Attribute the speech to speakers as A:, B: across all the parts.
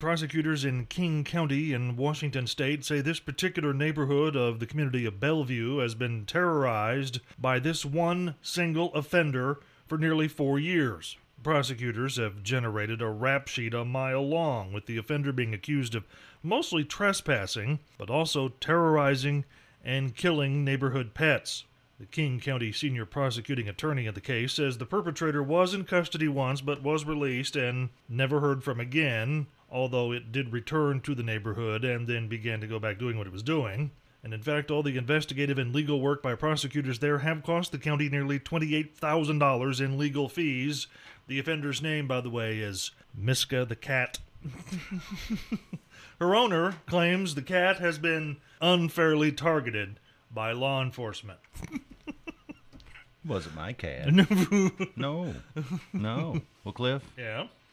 A: Prosecutors in King County in Washington state say this particular neighborhood of the community of Bellevue has been terrorized by this one single offender for nearly four years. Prosecutors have generated a rap sheet a mile long, with the offender being accused of mostly trespassing, but also terrorizing and killing neighborhood pets. The King County senior prosecuting attorney in the case says the perpetrator was in custody once but was released and never heard from again, although it did return to the neighborhood and then began to go back doing what it was doing. And in fact, all the investigative and legal work by prosecutors there have cost the county nearly $28,000 in legal fees. The offender's name, by the way, is Miska the Cat. Her owner claims the cat has been unfairly targeted by law enforcement.
B: Wasn't my cat.
A: yeah.
B: No. No. Well, Cliff,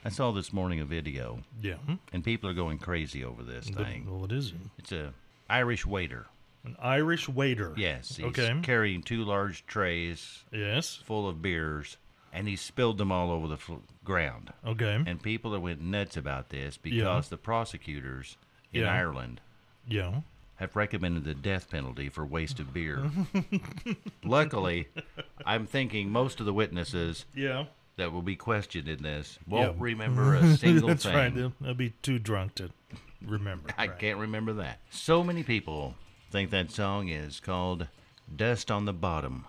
B: I saw this morning a video,
A: Yeah.
B: and people are going crazy over this thing.
A: Well, what is it?
B: It's a Irish waiter.
A: An Irish waiter.
B: Yes, he's
A: Okay.
B: carrying two large trays
A: Yes.
B: full of beers, and he spilled them all over the fl- ground.
A: Okay.
B: And people went nuts about this because the prosecutors in
A: Yeah.
B: Ireland
A: yeah.
B: have recommended the death penalty for waste of beer. Luckily, I'm thinking most of the witnesses
A: Yeah.
B: that will be questioned in this won't
A: Yeah.
B: remember a single
A: That's
B: thing.
A: right. They'll, they'll be too drunk to remember.
B: I
A: right.
B: can't remember that. So many people think that song is called Dust on the Bottom.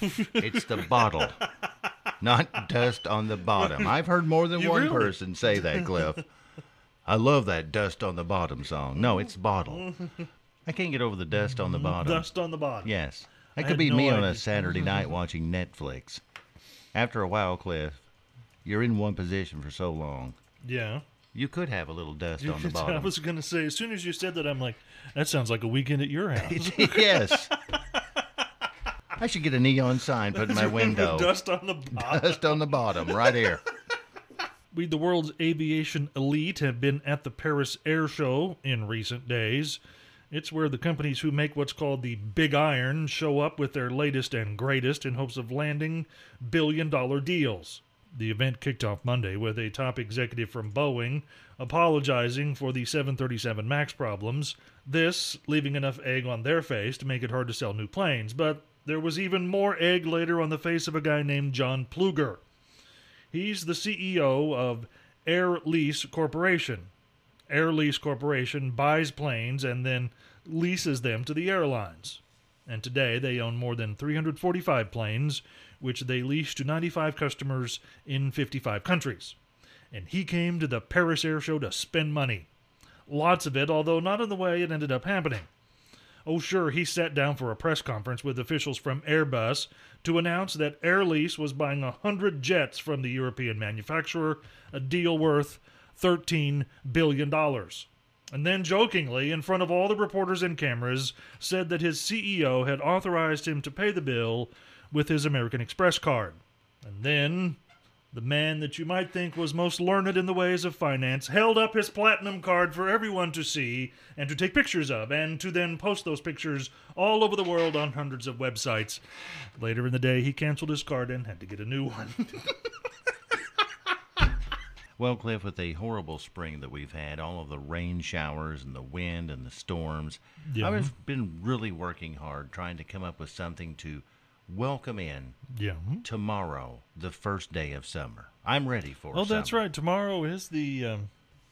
B: it's the bottle, not dust on the bottom. I've heard more than
A: You
B: one
A: really-
B: person say that, Cliff. I love that dust on the bottom song. No, it's bottle. I can't get over the dust on the bottom.
A: Dust on the bottom.
B: Yes. That
A: I
B: could
A: had
B: be
A: no
B: me on a
A: idea.
B: Saturday night watching Netflix. After a while, Cliff, you're in one position for so long.
A: Yeah.
B: You could have a little dust on the
A: I
B: bottom.
A: was going to say, as soon as you said that, I'm like, that sounds like a weekend at your house.
B: yes. I should get a neon sign put in my window.
A: Dust on the bottom.
B: Dust on the bottom, right here.
A: We, the world's aviation elite, have been at the Paris Air Show in recent days. It's where the companies who make what's called the Big Iron show up with their latest and greatest in hopes of landing billion dollar deals. The event kicked off Monday with a top executive from Boeing apologizing for the 737 MAX problems, this leaving enough egg on their face to make it hard to sell new planes. But there was even more egg later on the face of a guy named John Pluger. He's the CEO of Air Lease Corporation. Air Lease Corporation buys planes and then leases them to the airlines. And today they own more than 345 planes, which they lease to 95 customers in 55 countries. And he came to the Paris Air Show to spend money. Lots of it, although not in the way it ended up happening. Oh, sure, he sat down for a press conference with officials from Airbus to announce that Air Lease was buying 100 jets from the European manufacturer, a deal worth $13 billion. And then, jokingly, in front of all the reporters and cameras, said that his CEO had authorized him to pay the bill with his American Express card. And then, the man that you might think was most learned in the ways of finance held up his platinum card for everyone to see and to take pictures of, and to then post those pictures all over the world on hundreds of websites. Later in the day, he canceled his card and had to get a new one.
B: Well, Cliff, with the horrible spring that we've had, all of the rain showers and the wind and the storms,
A: Yeah.
B: I've been really working hard trying to come up with something to welcome in
A: yeah.
B: tomorrow, the first day of summer. I'm ready for
A: Oh, that's
B: summer.
A: right. Tomorrow is the um,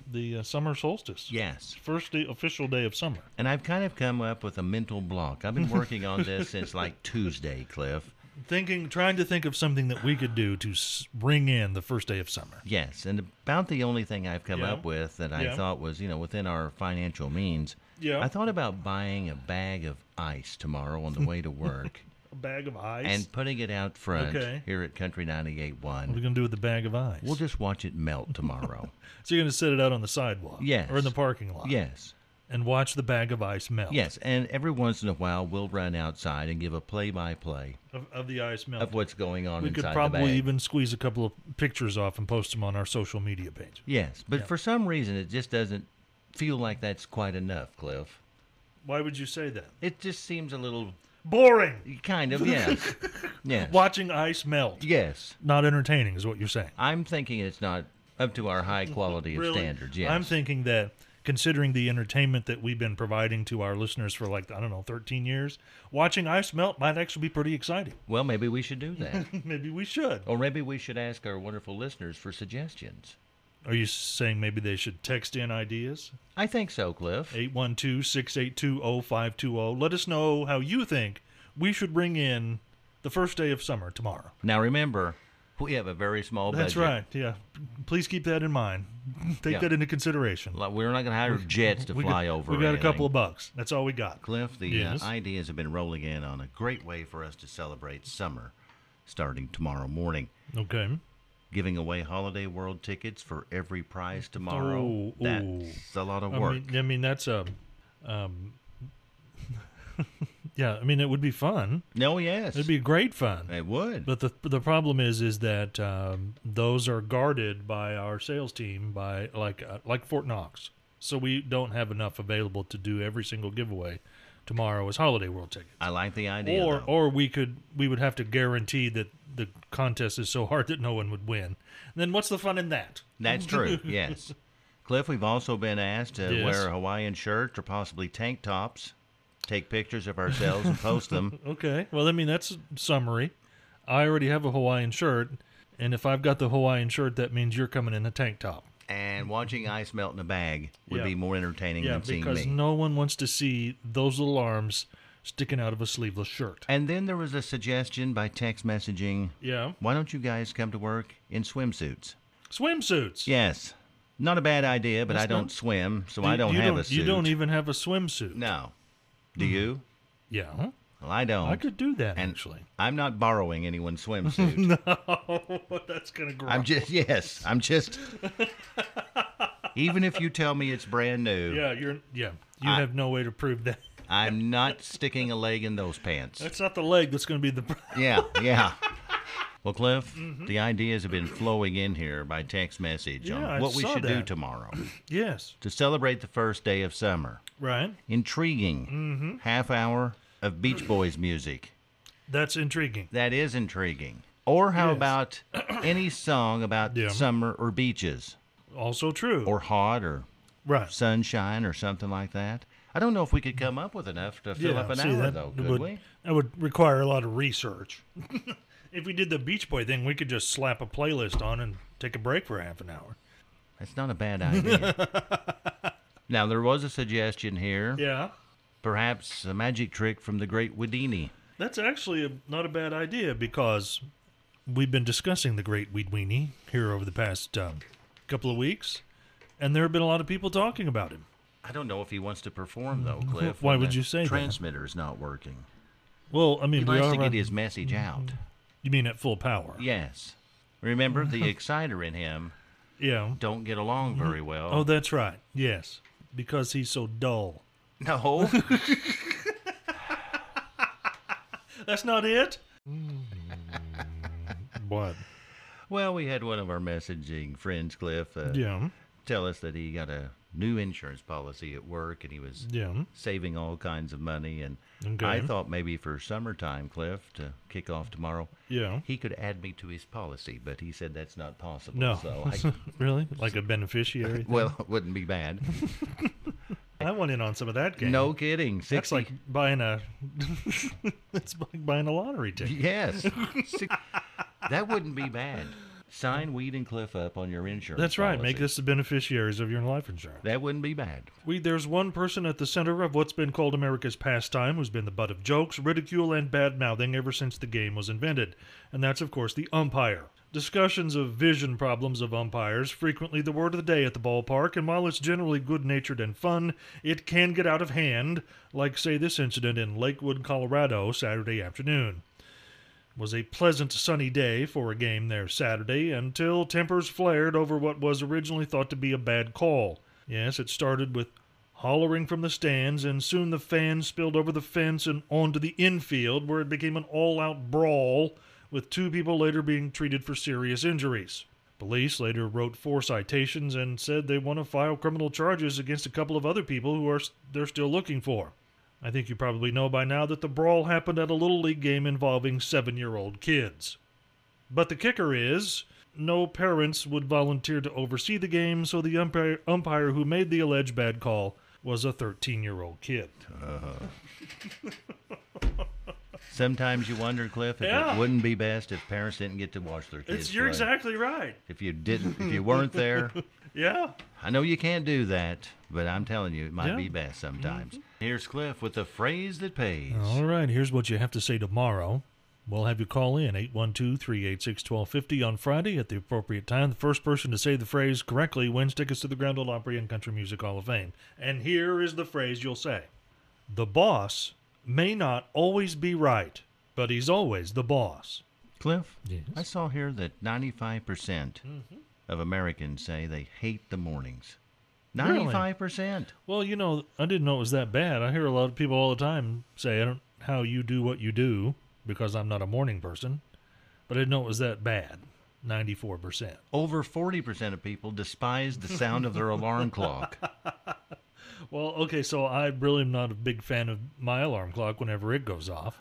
A: the uh, summer solstice.
B: Yes.
A: First day, official day of summer.
B: And I've kind of come up with a mental block. I've been working on this since like Tuesday, Cliff.
A: Thinking, trying to think of something that we could do to s- bring in the first day of summer.
B: Yes, and about the only thing I've come
A: Yeah.
B: up with that I
A: Yeah.
B: thought was, you know, within our financial means.
A: Yeah.
B: I thought about buying a bag of ice tomorrow on the way to work
A: a bag of ice.
B: and putting it out front
A: Okay.
B: here at Country
A: what are
B: 98.1.
A: we gonna do with the bag of ice?
B: We'll just watch it melt tomorrow.
A: so you're gonna set it out on the sidewalk,
B: Yes.
A: or in the parking lot,
B: yes.
A: and watch the bag of ice melt.
B: Yes. And every once in a while, we'll run outside and give a play by play
A: of, of the ice melt.
B: of what's going on
A: we
B: inside
A: could
B: the
A: probably
B: bag.
A: even squeeze a couple of pictures off and post them on our social media page.
B: Yes. But for some reason, it just doesn't feel like that's quite enough, Cliff.
A: Why would you say that?
B: It just seems a little
A: Boring.
B: kind of, yes. yes.
A: Watching ice melt.
B: Yes.
A: Not entertaining is what you're saying.
B: I'm thinking it's not up to our high quality of
A: Really?
B: standards. Yes.
A: I'm thinking that considering the entertainment that we've been providing to our listeners for like I don't know 13 years, watching ice melt might actually be pretty exciting.
B: well, maybe we should do that.
A: Maybe we should.
B: or maybe we should ask our wonderful listeners for suggestions.
A: Are you saying maybe they should text in ideas?
B: I think so, Cliff.
A: 812-682-0520. Let us know how you think we should bring in the first day of summer tomorrow.
B: Now remember, we have a very small
A: That's
B: budget.
A: right. Yeah. Please keep that in mind. Take
B: Yeah.
A: that into consideration.
B: Like, we're not going to hire jets to
A: We
B: fly
A: got,
B: over.
A: we
B: or
A: got a
B: anything.
A: couple of bucks. That's all we got.
B: Cliff, the
A: Yes.
B: uh, ideas have been rolling in on a great way for us to celebrate summer, starting tomorrow morning.
A: Okay.
B: Giving away Holiday World tickets for every prize tomorrow.
A: Oh,
B: That's a lot of
A: I
B: work.
A: mean, I mean that's a, um, yeah. I mean, it would be fun.
B: no, yes.
A: It'd be great fun.
B: it would.
A: But the the problem is, is that um, those are guarded by our sales team by like uh, like Fort Knox. So we don't have enough available to do every single giveaway tomorrow as Holiday World ticket.
B: I like the idea.
A: or
B: though.
A: or we could we would have to guarantee that the contest is so hard that no one would win. Then what's the fun in that?
B: That's true. Yes. Cliff, we've also been asked to
A: Yes.
B: wear Hawaiian shirts or possibly tank tops, take pictures of ourselves and post them.
A: Okay. Well, I mean, that's summary. I already have a Hawaiian shirt, and if I've got the Hawaiian shirt, that means you're coming in a tank top.
B: And watching ice melt in a bag would
A: Yeah.
B: be more entertaining
A: Yeah,
B: than seeing
A: because
B: me.
A: no one wants to see those little arms sticking out of a sleeveless shirt.
B: and then there was a suggestion by text messaging
A: Yeah.
B: why don't you guys come to work in swimsuits?
A: Swimsuits.
B: Yes. Not a bad idea, but I
A: That's not-
B: don't swim, so
A: You-
B: I don't
A: you
B: have a suit.
A: You don't e- even have a swimsuit.
B: No. Do you?
A: Yeah.
B: Well, I don't.
A: I could do that,
B: and
A: actually.
B: I'm not borrowing anyone's swimsuit.
A: Oh, that's going to grow.
B: I'm just yes. I'm just. even if you tell me it's brand new,
A: Yeah, you're. Yeah. You
B: I-
A: have no way to prove that.
B: I'm not sticking a leg in those pants.
A: That's not the leg that's going to be the.
B: Yeah, yeah. Well, Cliff,
A: Mm-hmm.
B: the ideas have been flowing in here by text message on
A: Yeah, I
B: what we
A: saw
B: should do
A: that.
B: tomorrow
A: yes.
B: to celebrate the first day of summer.
A: Right.
B: Intriguing
A: Mm-hmm.
B: half hour of Beach Boys music.
A: That's intriguing.
B: That is intriguing. Or how
A: Yes.
B: about any song about
A: Yeah.
B: summer or beaches
A: Also true.
B: or hot or
A: right.
B: sunshine or something like that. I don't know if we could come up with enough to fill up an
A: see,
B: hour
A: that
B: though, could
A: would,
B: we?
A: That would require a lot of research. if we did the Beach Boy thing, we could just slap a playlist on and take a break for half an hour.
B: That's not a bad idea. now there was a suggestion here,
A: Yeah,
B: perhaps a magic trick from the great Houdini.
A: that's actually a, not a bad idea because we've been discussing the Great Weed Weenie here over the past um, couple of weeks, and there have been a lot of people talking about him.
B: I don't know if he wants to perform though, Cliff.
A: Mm-hmm. Why
B: when
A: would
B: the
A: you say that?
B: transmitter's not working?
A: Well, I
B: He
A: mean, we
B: likes
A: are
B: to
A: run-
B: get his message out.
A: you mean at full power?
B: Yes. Remember the exciter in him
A: Yeah.
B: don't get along very well.
A: Oh, that's right. Yes, because he's so dull.
B: no.
A: That's not it. Mm. what?
B: well, we had one of our messaging friends, Cliff, uh,
A: Yeah.
B: tell us that he got a new insurance policy at work and he was
A: Yeah.
B: saving all kinds of money. And
A: Mm. Okay.
B: I thought maybe for summertime, Cliff, to kick off tomorrow,
A: Yeah.
B: he could add me to his policy, but he said that's not possible.
A: No.
B: So I,
A: really? Like a beneficiary?
B: well, it wouldn't be bad.
A: I went in on some of that game.
B: No kidding. 60,
A: That's like buying a. That's like buying a lottery ticket.
B: yes. Six- that wouldn't be bad. Sign Weed and Cliff up on your insurance.
A: That's right. Make
B: policy.
A: us the beneficiaries of your life insurance.
B: That wouldn't be bad.
A: We there's one person at the center of what's been called America's pastime who's been the butt of jokes, ridicule, and bad mouthing ever since the game was invented, and that's of course the umpire. Discussions of vision problems of umpires frequently the word of the day at the ballpark, and while it's generally good natured and fun, it can get out of hand, like say this incident in Lakewood, Colorado, Saturday afternoon was a pleasant sunny day for a game there Saturday until tempers flared over what was originally thought to be a bad call. Yes, it started with hollering from the stands, and soon the fans spilled over the fence and onto the infield, where it became an all out brawl, with two people later being treated for serious injuries. Police later wrote four citations and said they want to file criminal charges against a couple of other people who are they're still looking for. I think you probably know by now that the brawl happened at a Little League game involving seven year old kids. But the kicker is no parents would volunteer to oversee the game, so the umpire, umpire who made the alleged bad call was a 13 year old kid.
B: Sometimes you wonder, Cliff, if
A: Yeah.
B: it wouldn't be best if parents didn't get to watch their kids.
A: It's, you're
B: play.
A: exactly right.
B: If you didn't, if you weren't there,
A: Yeah.
B: I know you can't do that, but I'm telling you, it might
A: Yeah. Mm-hmm.
B: be best sometimes. Here's Cliff with the phrase that pays.
A: All right, here's what you have to say tomorrow. We'll have you call in 812 386 1250 on Friday at the appropriate time. The first person to say the phrase correctly wins tickets to the Grand Ole Opry and Country Music Hall of Fame. And here is the phrase you'll say The boss may not always be right, but he's always the boss.
B: Cliff,
A: Yes. Mm-hmm.
B: I saw here that 95% percent of Americans say they hate the mornings.
A: Really?
B: 95%.
A: Well, you know, I didn't know it was that bad. I hear a lot of people all the time say, I don't know how you do what you do because I'm not a morning person, but I didn't know it was that bad. 94%.
B: Over 40% of people despise the sound of their alarm clock.
A: Well, okay, so I really am not a big fan of my alarm clock whenever it goes off.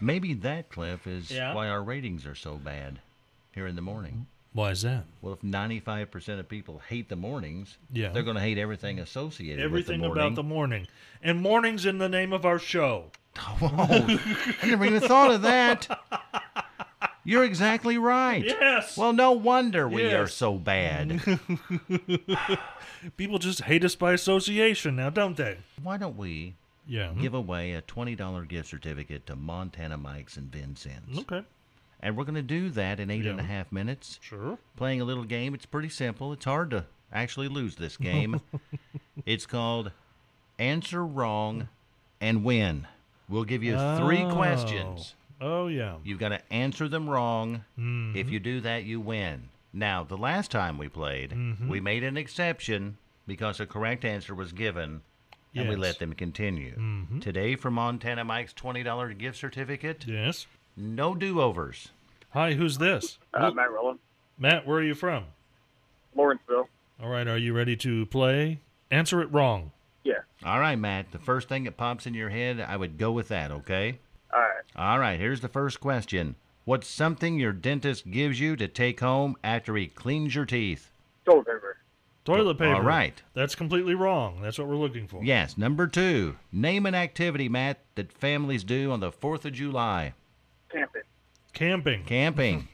B: Maybe that, Cliff, is
A: Yeah.
B: why our ratings are so bad here in the morning.
A: Why is that?
B: Well, if 95% of people hate the mornings,
A: Yeah.
B: they're going to hate everything associated
A: Everything
B: with the
A: about
B: morning.
A: the morning. And morning's in the name of our show.
B: Whoa, I never even thought of that. You're exactly right.
A: Yes.
B: Well, no wonder we are
A: Yes.
B: so bad.
A: People just hate us by association now, don't they?
B: Why don't we
A: Yeah.
B: give away a $20 gift certificate to Montana Mike's and Vincennes?
A: Okay.
B: And we're going to do that in eight and a half
A: Yeah.
B: minutes.
A: Sure.
B: Playing a little game. It's pretty simple. It's hard to actually lose this game. it's called Answer Wrong and Win. We'll give you three
A: Oh.
B: questions.
A: Oh, yeah.
B: You've got to answer them wrong.
A: Mm-hmm.
B: If you do that, you win. Now, the last time we played,
A: Mm-hmm.
B: we made an exception because a correct answer was given and we
A: Yes. Mm-hmm.
B: let them continue. Today, for Montana Mike's $20 gift certificate,
A: Yes.
B: no do overs.
A: Hi, who's this?
C: Uh, Matt Rowland,
A: Matt, where are you from?
C: Lawrenceville.
A: All right, are you ready to play? Answer it wrong.
C: Yeah.
B: All right, Matt, the first thing that pops in your head, I would go with that, okay?
C: All right.
B: All right, here's the first question What's something your dentist gives you to take home after he cleans your teeth?
C: Toilet paper.
A: Toilet paper.
B: All right.
A: That's completely wrong. That's what we're looking for.
B: Yes, number two. Name an activity, Matt, that families do on the 4th of July.
C: Camping.
A: Camping.
B: Camping.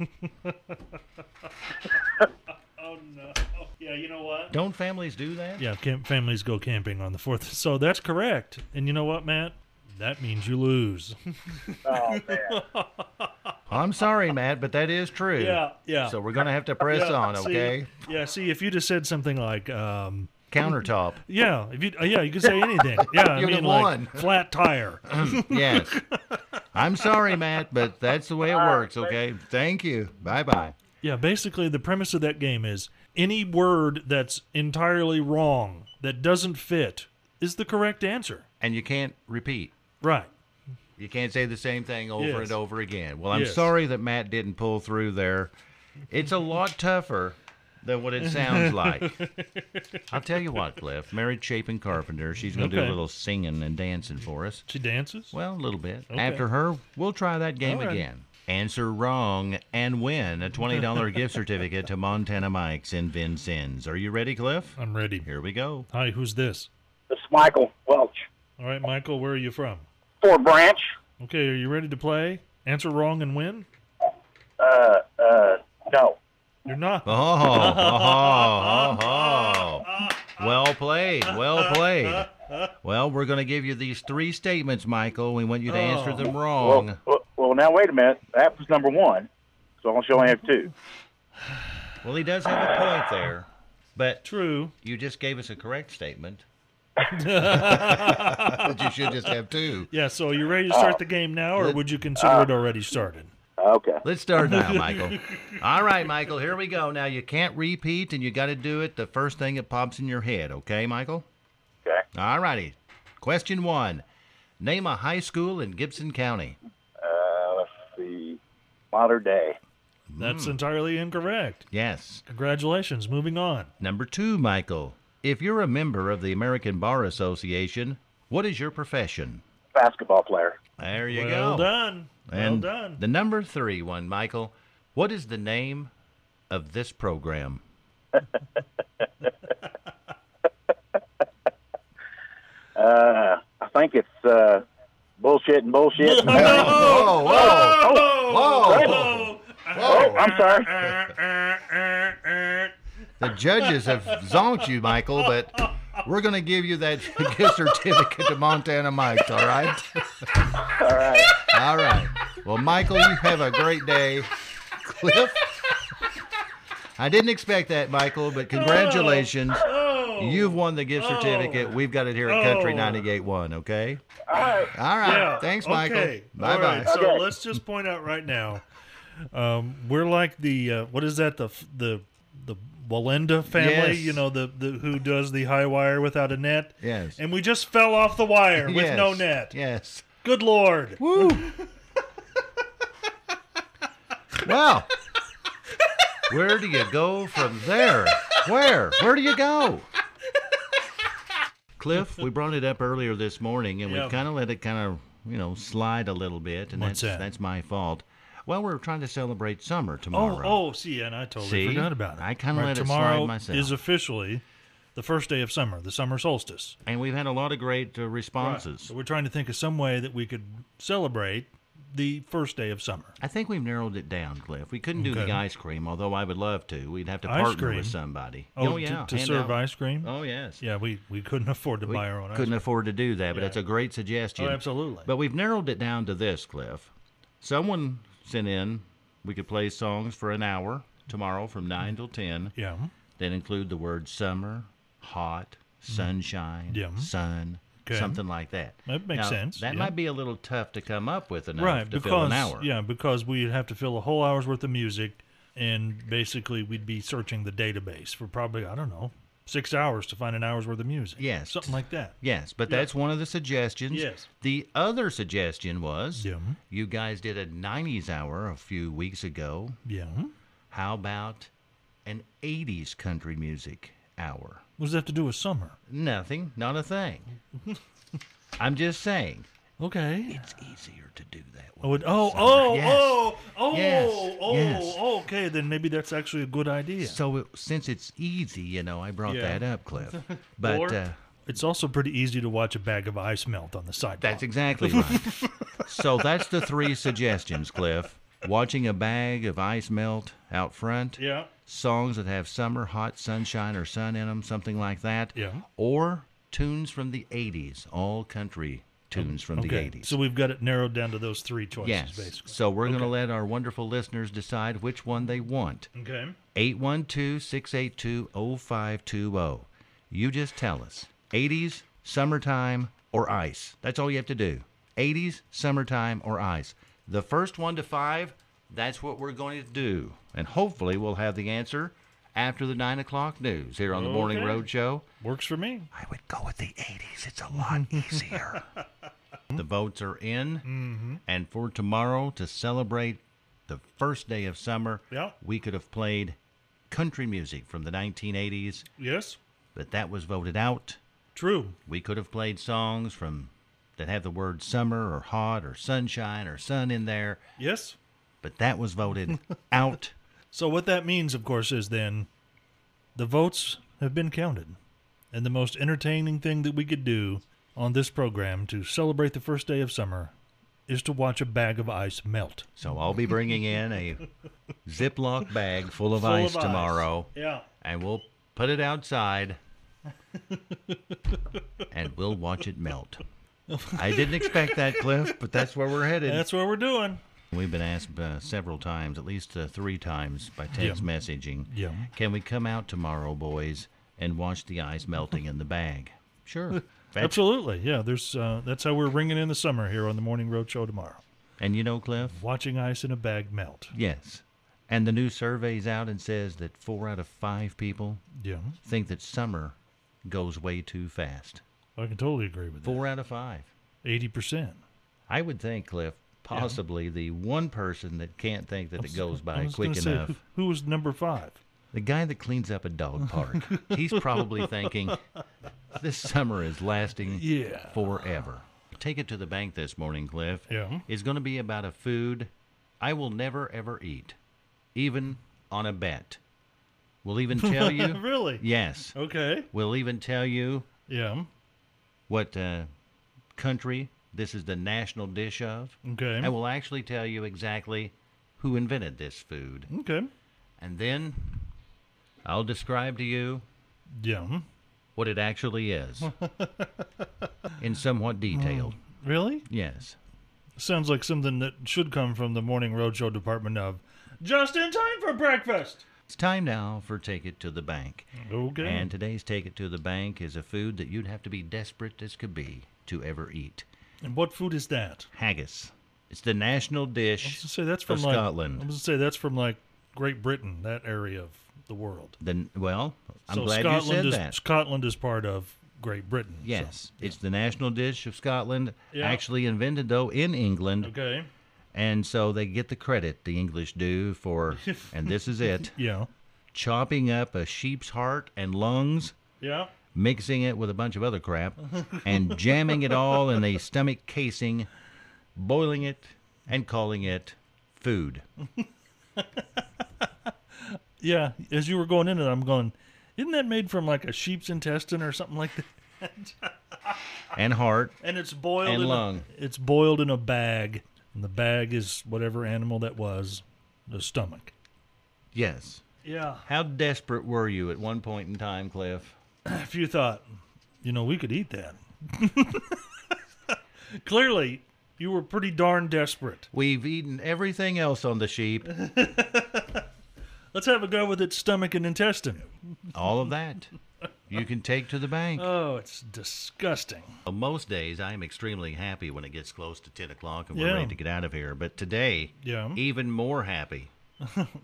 A: oh, no. Yeah, you know what?
B: Don't families do that?
A: Yeah, camp families go camping on the fourth. So that's correct. And you know what, Matt? That means you lose.
C: Oh man.
B: I'm sorry, Matt, but that is true.
A: yeah.
B: So we're going to have to press on, okay?
A: See, yeah. See, if you just said something like, um,
B: Countertop.
A: yeah, if you, uh, yeah, you could say anything. Yeah, I
B: You'd have
A: mean, like
B: won.
A: flat tire.
B: yes. I'm sorry, Matt, but that's the way it works, okay? Thank you. Bye bye.
A: yeah. Basically, the premise of that game is any word that's entirely wrong that doesn't fit is the correct answer.
B: And you can't repeat.
A: Right.
B: You can't say the same thing over
A: Yes.
B: and over again. Well, I'm
A: Yes.
B: sorry that Matt didn't pull through there. It's a lot tougher than what it sounds like. I'll tell you what, Cliff. Married Chapin Carpenter. She's going to do
A: Okay.
B: a little singing and dancing for us.
A: She dances.
B: Well, a little bit.
A: Okay.
B: After her, we'll try that game
A: All right.
B: again. Answer wrong and win a $20 gift certificate to Montana Mike's in Vincennes. Are you ready, Cliff?
A: I'm ready.
B: Here we go.
A: Hi, who's this?
C: This is Michael Welch.
A: All right, Michael, where are you from?
C: Fort Branch.
A: Okay, are you ready to play? Answer wrong and win?
C: Uh, uh, no.
A: You're not.
B: Oh, oh, oh, oh. Well played. Well played. Well, we're going to give you these three statements, Michael. We want you to answer them wrong.
C: Well, well, well, now wait a minute. That was number one, so I'll show I have two.
B: Well, he does have a point there, but
A: True.
B: you just gave us a correct statement. but you should just have two.
A: Yeah, so you ready to start the game now, or would you consider it already started?
C: Okay.
B: Let's start now, Michael. All right, Michael, here we go. Now, you can't repeat, and you got to do it the first thing that pops in your head, okay, Michael?
C: Okay.
B: All righty. Question one Name a high school in Gibson County.
C: Uh, let's see. Modern day.
A: That's entirely incorrect.
B: Yes.
A: Congratulations. Moving on.
B: Number two, Michael. If you're a member of the American Bar Association, what is your profession?
C: Basketball player.
B: There you
A: well
B: go.
A: done.
B: And
A: well done.
B: The number three one, Michael. What is the name of this program?
C: Uh, I think it's uh, bullshit and bullshit.
B: Whoa, whoa.
A: Whoa!
C: oh, I'm sorry.
A: sorry.
B: The judges have zonked you, Michael, but we're going to give you that gift certificate to Montana Mike's, all right?
C: All right.
B: All right. Well, Michael, you have a great day. Cliff? I didn't expect that, Michael, but congratulations. You've won the gift certificate. We've got it here at Country
A: Oh.
B: 98.1, okay?
C: All right.
B: All right.
A: Yeah.
B: Thanks, Michael.
A: Okay.
B: Bye
A: All
B: bye.
A: right, So
C: Okay.
A: let's just point out right now, um, we're like the uh, what is that the f- the the Walenda family?
B: Yes.
A: You know the, the who does the high wire without a net.
B: Yes.
A: And we just fell off the wire with
B: Yes.
A: no net.
B: Yes.
A: Good lord.
B: Woo. well, where do you go from there? Where? Where do you go? Cliff, we brought it up earlier this morning, and
A: Yeah.
B: we kind of let it kind of you know slide a little bit, and
A: What's
B: that's
A: that?
B: that's my fault. Well, we're trying to celebrate summer
A: Oh,
B: tomorrow.
A: oh, see, and I totally
B: See?
A: forgot about it.
B: I kinda let it
A: tomorrow
B: slide myself.
A: is officially the first day of summer, the summer solstice.
B: and we've had a lot of great uh, responses.
A: So we're trying to think of some way that we could celebrate the first day of summer.
B: I think we've narrowed it down, Cliff. We couldn't do
A: Okay.
B: the ice cream, although I would love to. We'd have to
A: Ice
B: partner
A: cream?
B: with somebody.
A: Oh,
B: yeah,
A: to, to
B: hand
A: serve
B: out-
A: ice cream.
B: Oh yes.
A: Yeah, we, we couldn't afford to
B: We
A: buy our own ice
B: couldn't afford to do that, but
A: Yeah.
B: that's a great suggestion.
A: cream. Oh, absolutely.
B: But we've narrowed it down to this, Cliff. Someone sent in we could play songs for an hour tomorrow from 9 till 10
A: yeah.
B: that include the words summer, hot, sunshine,
A: Mm-hmm. Yeah.
B: sun,
A: Okay.
B: something like that.
A: That makes
B: Now,
A: sense,
B: That
A: yeah.
B: might be a little tough to come up with enough
A: Right,
B: to
A: because
B: fill an hour.
A: yeah, because we'd have to fill a whole hour's worth of music and basically we'd be searching the database for probably, I don't know, 6 hours to find an hour's worth of music.
B: Yes.
A: Something like that.
B: Yes, but
A: Yeah.
B: that's one of the suggestions.
A: Yes.
B: The other suggestion was
A: Yeah.
B: you guys did a 90s hour a few weeks ago.
A: Yeah.
B: How about an 80s country music hour?
A: What does that have to do with summer?
B: Nothing, not a thing. I'm just saying,
A: Okay.
B: it's easier to do that way.
A: Oh, it, oh, oh,
B: Yes.
A: oh, oh,
B: Yes.
A: oh,
B: Yes.
A: okay. Then maybe that's actually a good idea.
B: So it, since it's easy, you know, I brought
A: Yeah.
B: that up, Cliff. But
A: Or-
B: uh,
A: it's also pretty easy to watch a bag of ice melt on the sidewalk.
B: that's exactly right. so that's the three suggestions, Cliff. Watching a bag of ice melt out front.
A: yeah.
B: songs that have summer, hot, sunshine, or sun in them, something like that.
A: Yeah.
B: Or tunes from the 80s, all country tunes from
A: Okay.
B: the 80s.
A: So we've got it narrowed down to those three choices,
B: yes.
A: basically.
B: So we're going to let our wonderful listeners decide which one they want.
A: Okay.
B: 812 682 0520. oh. You just tell us 80s, summertime, or ice. That's all you have to do. 80s, summertime, or ice. The first one to five, that's what we're going to do. And hopefully, we'll have the answer after the nine o'clock news here on the Morning
A: Okay.
B: Road Show.
A: Works for me.
B: I would go with the 80s. It's a lot easier. the votes are in. And for tomorrow, to celebrate the first day of summer,
A: Yeah.
B: we could have played country music from the 1980s,
A: Yes.
B: but that was voted out.
A: True.
B: We could have played songs from that have the word summer or hot or sunshine or sun in there,
A: Yes.
B: but that was voted out.
A: So what that means, of course, is then the votes have been counted. And the most entertaining thing that we could do on this program to celebrate the first day of summer is to watch a bag of ice melt.
B: So I'll be bringing in a Ziploc bag full of
A: Full
B: ice
A: of ice.
B: tomorrow,
A: Yeah.
B: and we'll put it outside, and we'll watch it melt. I didn't expect that, Cliff, but that's where we're headed.
A: That's what we're doing.
B: We've been asked uh, several times, at least uh, three times by text messaging,
A: Yeah.
B: can we come out tomorrow, boys, and watch the ice melting in the bag? Sure. That's-
A: Absolutely. Yeah, there's uh, that's how we're ringing in the summer here on the Morning Road Show tomorrow.
B: and you know, Cliff?
A: Watching ice in a bag melt.
B: Yes. And the new survey's out and says that four out of five people
A: Yeah.
B: think that summer goes way too fast.
A: I can totally agree with that.
B: Four out of five.
A: 80%.
B: I would think, Cliff, possibly the one person that can't think that it goes
A: I
B: by
A: was
B: quick
A: gonna say,
B: enough,
A: who- who was number 5?
B: the guy that cleans up a dog park, he's probably thinking, this summer is lasting
A: Yeah.
B: forever. Take it to the bank this morning, Cliff.
A: Yeah.
B: It's going to be about a food I will never, ever eat, even on a bet. We'll even tell you.
A: Really?
B: yes.
A: Okay.
B: We'll even tell you
A: Yeah.
B: what uh, country this is the national dish of.
A: Okay.
B: And we'll actually tell you exactly who invented this food.
A: okay.
B: And then I'll describe to you
A: Yeah.
B: what it actually is in somewhat detail.
A: Really?
B: Yes.
A: Sounds like something that should come from the Morning Roadshow department of just in time for breakfast.
B: It's time now for Take It to the Bank.
A: Okay.
B: And today's Take It to the Bank is a food that you'd have to be desperate as could be to ever eat.
A: And what food is that?
B: Haggis. It's the national
A: I was
B: dish.
A: gonna say that's from
B: Of
A: like,
B: Scotland.
A: I was gonna say that's from like Great Britain, that area of the world.
B: The, well, I'm
A: so
B: glad
A: Scotland
B: you said
A: is
B: that.
A: Scotland is part of Great Britain. so-
B: Yes, it's the national dish of Scotland.
A: Yeah.
B: Actually invented though in England,
A: Okay.
B: and so they get the credit the English do for. and this is it:
A: Yeah.
B: chopping up a sheep's heart and lungs,
A: Yeah.
B: mixing it with a bunch of other crap, and jamming it all in a stomach casing, boiling it, and calling it food.
A: Yeah. As you were going into that, I'm going. Isn't that made from like a sheep's intestine or something like that?
B: And heart,
A: And it's boiled
B: And
A: in
B: lung.
A: A, it's boiled in a bag, and the bag is whatever animal that was, the stomach.
B: yes.
A: Yeah.
B: How desperate were you at one point in time, Cliff?
A: If you thought, you know, we could eat that. Clearly, you were pretty darn desperate.
B: We've eaten everything else on the sheep.
A: Let's have a go with its stomach and intestine.
B: All of that you can take to the bank.
A: Oh, it's disgusting.
B: Most days I am extremely happy when it gets close to 10 o'clock and we're
A: Yeah.
B: ready to get out of here. But today,
A: Yeah.
B: even more happy.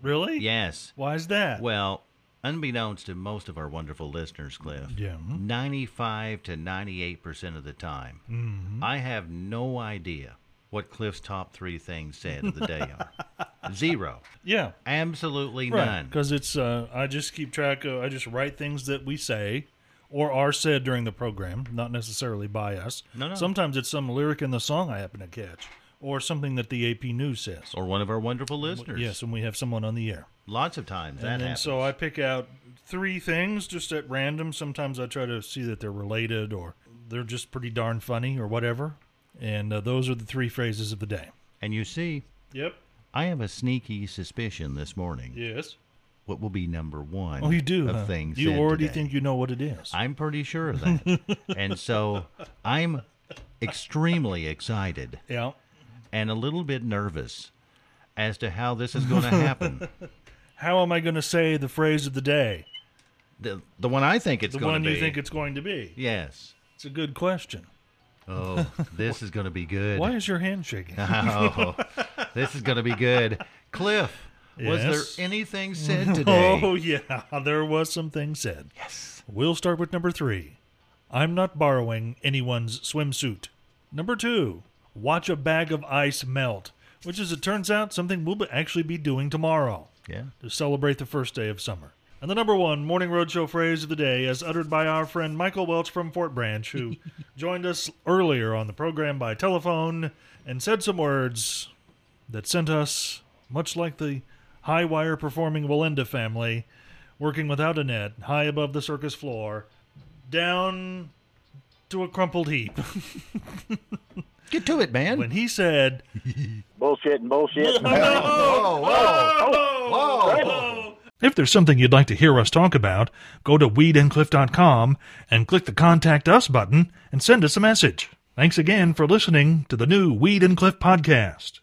A: Really?
B: Yes.
A: Why is that?
B: Well, unbeknownst to most of our wonderful listeners, Cliff,
A: Yeah.
B: 95 to 98% of the time,
A: Mm-hmm.
B: I have no idea what Cliff's top three things said of the day are. Zero.
A: Yeah.
B: Absolutely
A: Right.
B: none.
A: Because it's, uh, I just keep track of, I just write things that we say or are said during the program, not necessarily by us.
B: No, no.
A: Sometimes it's some lyric in the song I happen to catch or something that the AP News says.
B: Or one of our wonderful listeners.
A: Yes, and we have someone on the air.
B: Lots of times that
A: and then
B: happens.
A: so I pick out three things just at random. Sometimes I try to see that they're related or they're just pretty darn funny or whatever. And uh, those are the three phrases of the day.
B: and you see,
A: Yep.
B: I have a sneaky suspicion this morning
A: Yes.
B: what will be number one.
A: Oh, you do.
B: of
A: huh?
B: things.
A: You
B: said
A: already
B: today.
A: think you know what it is.
B: I'm pretty sure of that, and so I'm extremely excited
A: yeah.
B: and a little bit nervous as to how this is going to happen.
A: How am I going to say the phrase of the day?
B: the the one I think it's
A: The
B: going
A: one
B: to be.
A: you think it's going to be.
B: yes.
A: It's a good question.
B: Oh, this is going to be good.
A: Why is your hand shaking?
B: Oh, this is going to be good. Cliff, was
A: Yes?
B: there anything said today?
A: Oh yeah, there was some things said.
B: yes.
A: We'll start with number three. I'm not borrowing anyone's swimsuit. Number two, watch a bag of ice melt, which is, it turns out, something we'll be- actually be doing tomorrow
B: Yeah.
A: to celebrate the first day of summer. And the number one Morning Roadshow phrase of the day, as uttered by our friend Michael Welch from Fort Branch, who joined us earlier on the program by telephone and said some words that sent us, much like the high wire performing Walenda family, working without a net, high above the circus floor, down to a crumpled heap
B: Get to it, man.
A: when he said, "Oh,
C: Bullshit and
B: whoa,
C: bullshit.
B: Oh, whoa, whoa,
A: If there's something you'd like to hear us talk about, go to weedandcliff.com and click the Contact Us button and send us a message. Thanks again for listening to the new Weed and Cliff podcast.